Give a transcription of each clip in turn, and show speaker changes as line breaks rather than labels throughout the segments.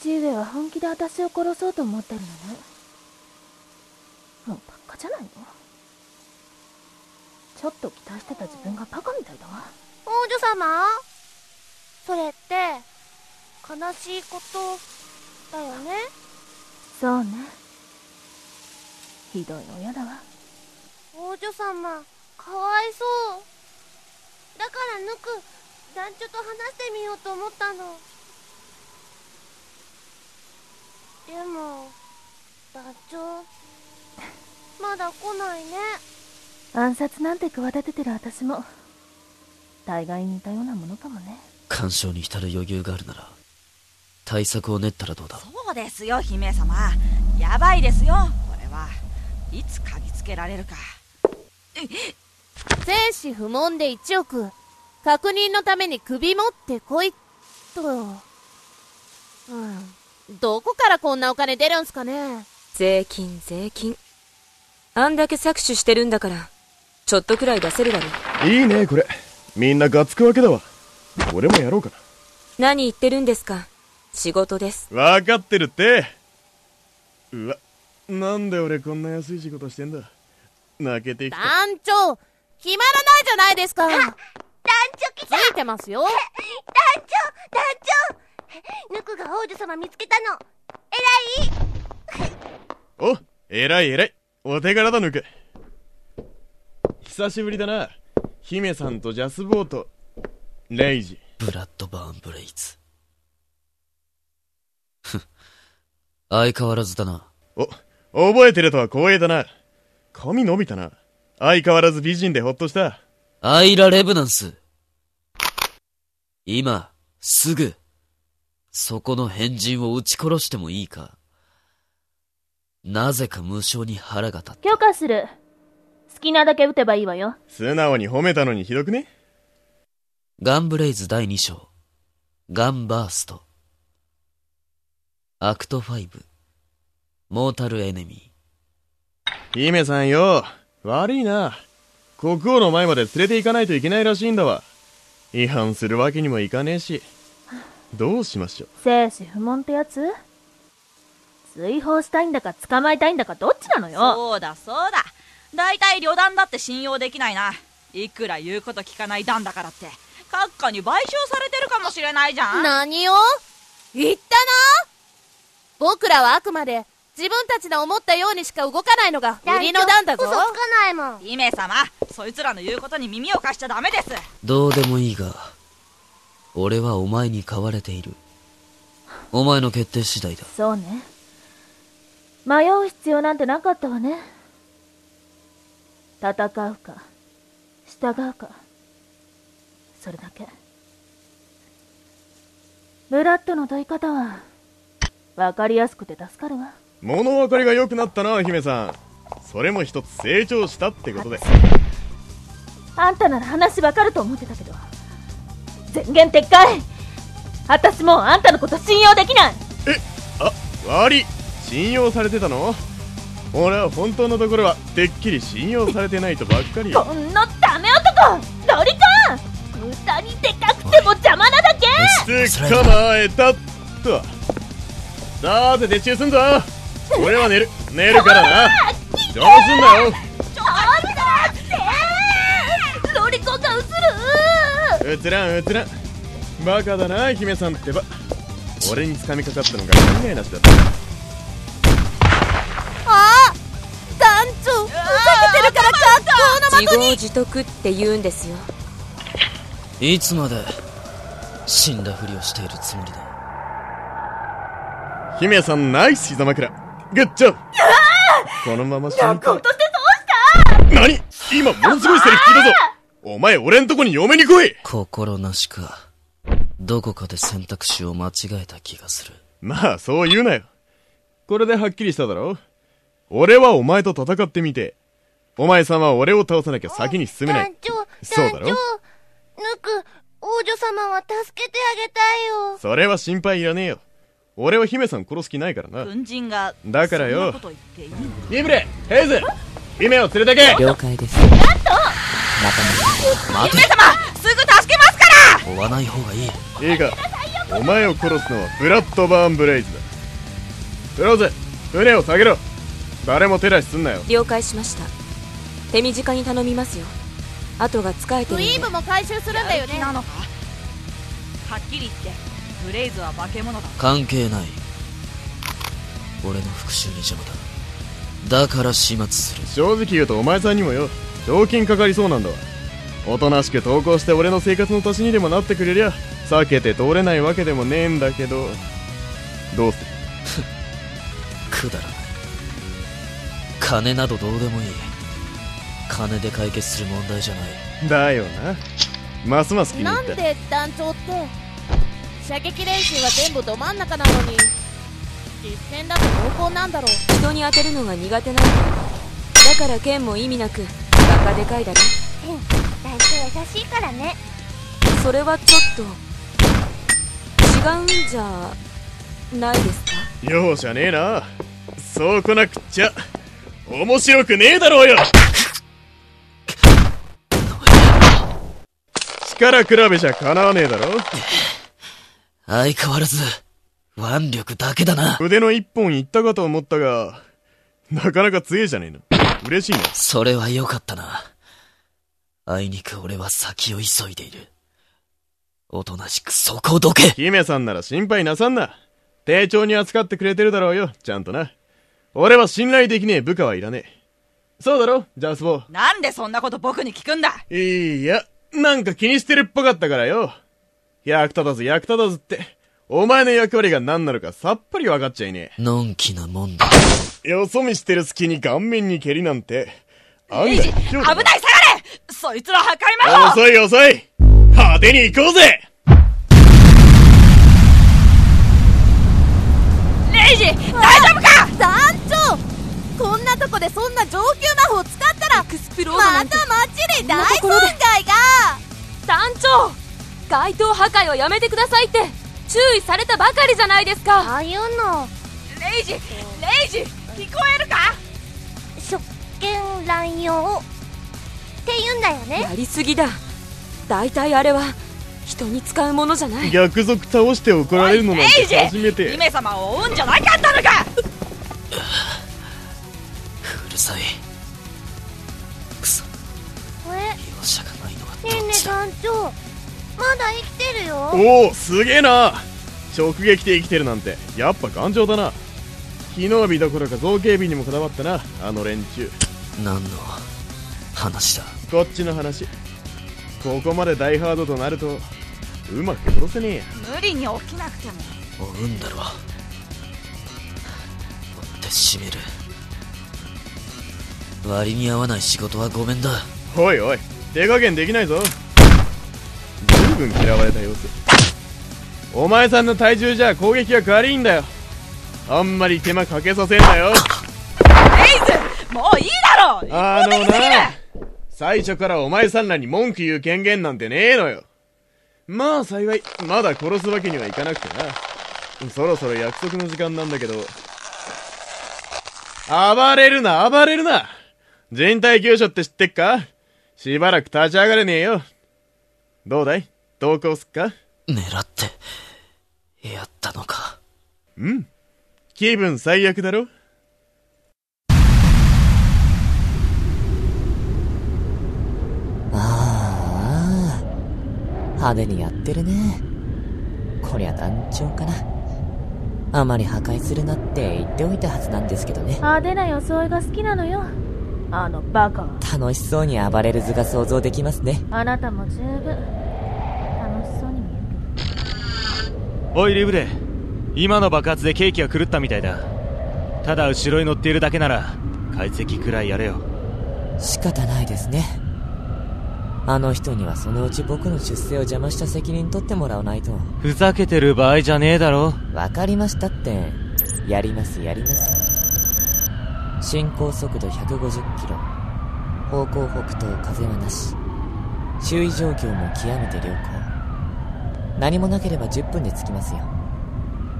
父上は本気で私を殺そうと思ってるのねもうバカじゃないのちょっと期待してた自分がバカみたいだわ
王女様それって悲しいことだよね
そうねひどい親だわ
王女様かわいそうだからぬく団長と話してみようと思ったのでも団長まだ来ないね
暗殺なんて企ててる私も大概似たようなものかもね
干渉に浸る余裕があるなら対策を練ったらどうだろ
そうですよ姫様やばいですよこれはいつ嗅ぎつけられるか
生死不問で1億確認のために首持ってこいっとうんどこからこんなお金出るんすかね
税金税金あんだけ搾取してるんだからちょっとくらい出せるだろ
いいねこれみんながつくわけだわ俺もやろうか
何言ってるんですか仕事です
な分かってるってうわなんで俺こんな安い仕事してんだ泣けてきた
団長決まらないじゃないですか
団長来
つ
た
いてますよ
団長団長ぬくが王女様見つけたのえらい
お偉い偉いお手柄だぬく久しぶりだな姫さんとジャスボートレイジ
うブラッドバーンブレイズふん相変わらずだな
お覚えてるとは光栄だな髪伸びたな相変わらず美人でほっとした
アイラ・レブナンス今すぐそこの変人を撃ち殺してもいいかなぜか無性に腹が立った
許可する好きなだけ打てばいいわよ
素直に褒めたのにひどくね
ガンブレイズ第2章、ガンバースト。アクト5、モータルエネミ
姫さんよ悪いな国王の前まで連れて行かないといけないらしいんだわ違反するわけにもいかねえしどうしましょう
生死不問ってやつ追放したいんだか捕まえたいんだかどっちなのよ
そうだそうだ大体旅団だって信用できないないくら言うこと聞かない団だからって閣下に賠償されてるかもしれないじゃん
何を言ったな僕らはあくまで自分たちの思ったようにしか動かないのが売りの段だぞ
嘘つかないもん
姫様そいつらの言うことに耳を貸しちゃダメです
ー。どうでもいいが、俺はお前に買われている。お前の決定次第だ。
そうね迷う必要なんてなかったわね戦うか従うかそれだけブラッドの問い方は分かりやすくて助かるわ
物分かりが良くなったな姫さんそれも一つ成長したってことで
あんたなら話分かると思ってたけど全言撤回私もうあんたのこと信用できない
あ悪い信用されてたの俺は本当のところはてっきり信用されてないとばっかり
こんなダメ男ロリコン歌にでかくても邪魔なだけ
捕まえたっとさて撤収すんぞ俺は寝る寝るからなどうすんなよ
ロリコンが映る
うつらんうつらんバカだな姫さんってば俺に掴みかかったのが考えなしだった
あ団長ふざけてるから格好の
自業自得って言うんですよ
いつまで、死んだふりをしているつもりだ。
姫さんナイス膝枕グッジョブこのまま死ぬか
として
何今ものすごいセリフ聞いたぞお前俺んとこに嫁に来い
心なしか、どこかで選択肢を間違えた気がする。
まあそう言うなよこれではっきりしただろ俺はお前と戦ってみてお前さんは俺を倒さなきゃ先に進めない
団長
そうだ
団
ろ
長ぬく王女様は助けてあげたいよ
それは心配いらねえよ俺は姫さん殺す気ないからな
軍人が
だからよ
そんなこと言っていいの
リブレヘイズ姫を連れてけ
了解です
待て
姫様すぐ助けますから
追わない方がいい。
いいかお前を殺すのはブラッドバーンブレイズだクローズ船を下げろ誰も手出しすんなよ
了解しました手短に頼みますよ後が使えて
ク
る
イー
んで
ブも回収するんだよ
やる気
ね
なのかはっきり言ってブレイズは化け物だ
関係ない俺の復讐に邪魔だだから始末する
正直言うとお前さんにもよ賞金かかりそうなんだわおとなしく投稿して俺の生活の足しにでもなってくれりゃ避けて通れないわけでもねえんだけどどうする
くだらない金などどうでもいい金で解決する問題じゃない
だよなますます気に
な
入
ん
った
で団長って射撃練習は全部ど真ん中なのに実戦だと濃厚なんだろう
人に当てるのが苦手なんだだから剣も意味なくバカでかいだろ
団長優しいからね
それはちょっと違うんじゃないですか
容赦ねえなそうこなくっちゃ面白くねえだろうよ力比べじゃかなわねえだろ
相変わらず腕力だけだな
腕の一本いったかと思ったがなかなか強えじゃねえの嬉しいな
それは良かったなあいにく俺は先を急いでいるおとなしくそこをどけ
姫さんなら心配なさんな丁重に扱ってくれてるだろうよちゃんとな俺は信頼できねえ部下はいらねえそうだろジャスボ
なんでそんなこと僕に聞くんだ
いや、なんか気にしてるっぽかったからよ。役立たず役立たずって、お前の役割が何なのかさっぱり分かっちゃいね
のんきなもんだ
え。よそ見してる隙に顔面に蹴りなんて、案
エイ
外
ジ危ない下がれそいつら破壊魔法
遅い遅い派手に行こうぜ
レイジ大丈夫か
団長こんなとこでそんな上級魔法使ったら
エクスプロードな
ま
んて
た街に大
こん
損
なところで
害が
団長街頭破壊はやめてくださいって注意されたばかりじゃないですか
ああいうの
レイジレイジ聞こえるか
職権乱用って言うんだよね
やりすぎだ大体あれは人に使うものじゃない
逆賊倒して怒られるのなん
レイジ
て初めて。
姫様を追うんじゃなかったのか
うるさいクソ
え
容赦がないのは
ねえ
どっ
ね
ち
え
だ
団長まだ生きてるよ
おお、すげえな直撃で生きてるなんて、やっぱ頑丈だな。機能日どころか造形美にもこだわったな、あの連中。
何の話だ
こっちの話ここまでダイハードとなるとうまく殺せねえや
無理に起きなくても
追うんだろ追って閉める割に合わない仕事はごめんだ
おいおい手加減できないぞ随分嫌われた様子お前さんの体重じゃ攻撃が軽いんだよあんまり手間かけさせんなよ
もういいだろう
あの
すぎる
な最初からお前さんらに文句言う権限なんてねえのよまあ幸いまだ殺すわけにはいかなくてなそろそろ約束の時間なんだけど暴れるな暴れるな人体急所って知ってっかしばらく立ち上がれねえよどうだい投稿すっか
狙ってやったのか
うん気分最悪だろ
ああ、派手にやってるね。こりゃ団長かな。あまり破壊するなって言っておいたはずなんですけどね。
派手な装いが好きなのよあのバカ
楽しそうに暴れる図が想像できますね。
あなたも十分楽しそうに見える
おいリブレ今の爆発でケーキが狂ったみたいだただ後ろに乗っているだけなら解析くらいやれよ
仕方ないですね。あの人にはそのうち僕の出世を邪魔した責任取ってもらわないと。
ふざけてる場合じゃねえだろ
わかりましたって。やります、やります。進行速度150キロ。方向北東風はなし。周囲状況も極めて良好。何もなければ10分で着きますよ。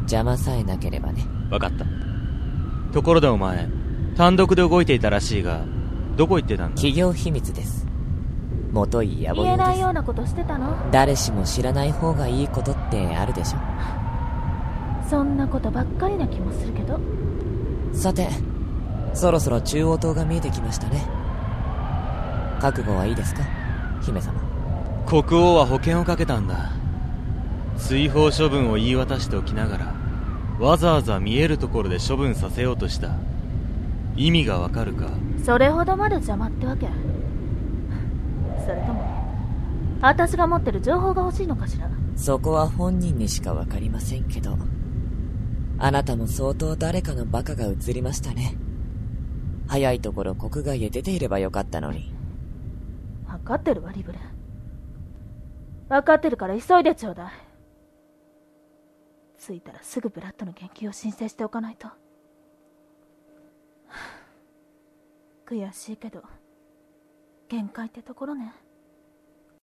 邪魔さえなければね。
分かったところでお前単独で動いていたらしいがどこ行ってたんだ
企業秘密です。もとい野暮
言え
用
な
で
い
す
よ。うなことしてたの
誰しも知らない方がいいことってあるでしょ。
そんなことばっかりな気もするけど
さてそろそろ中央塔が見えてきましたね覚悟はいいですか姫様
国王は保険をかけたんだ追放処分を言い渡しておきながらわざわざ見えるところで処分させようとした意味がわかるか
それほどまで邪魔ってわけそれとも私が持ってる情報が欲しいのかしら
そこは本人にしかわかりませんけどあなたも相当誰かのバカが映りましたね早いところ国外へ出ていればよかったのに
分かってるわリブレ分かってるから急いでちょうだい着いたらすぐブラッドの研究を申請しておかないと はあ悔しいけど限界ってところね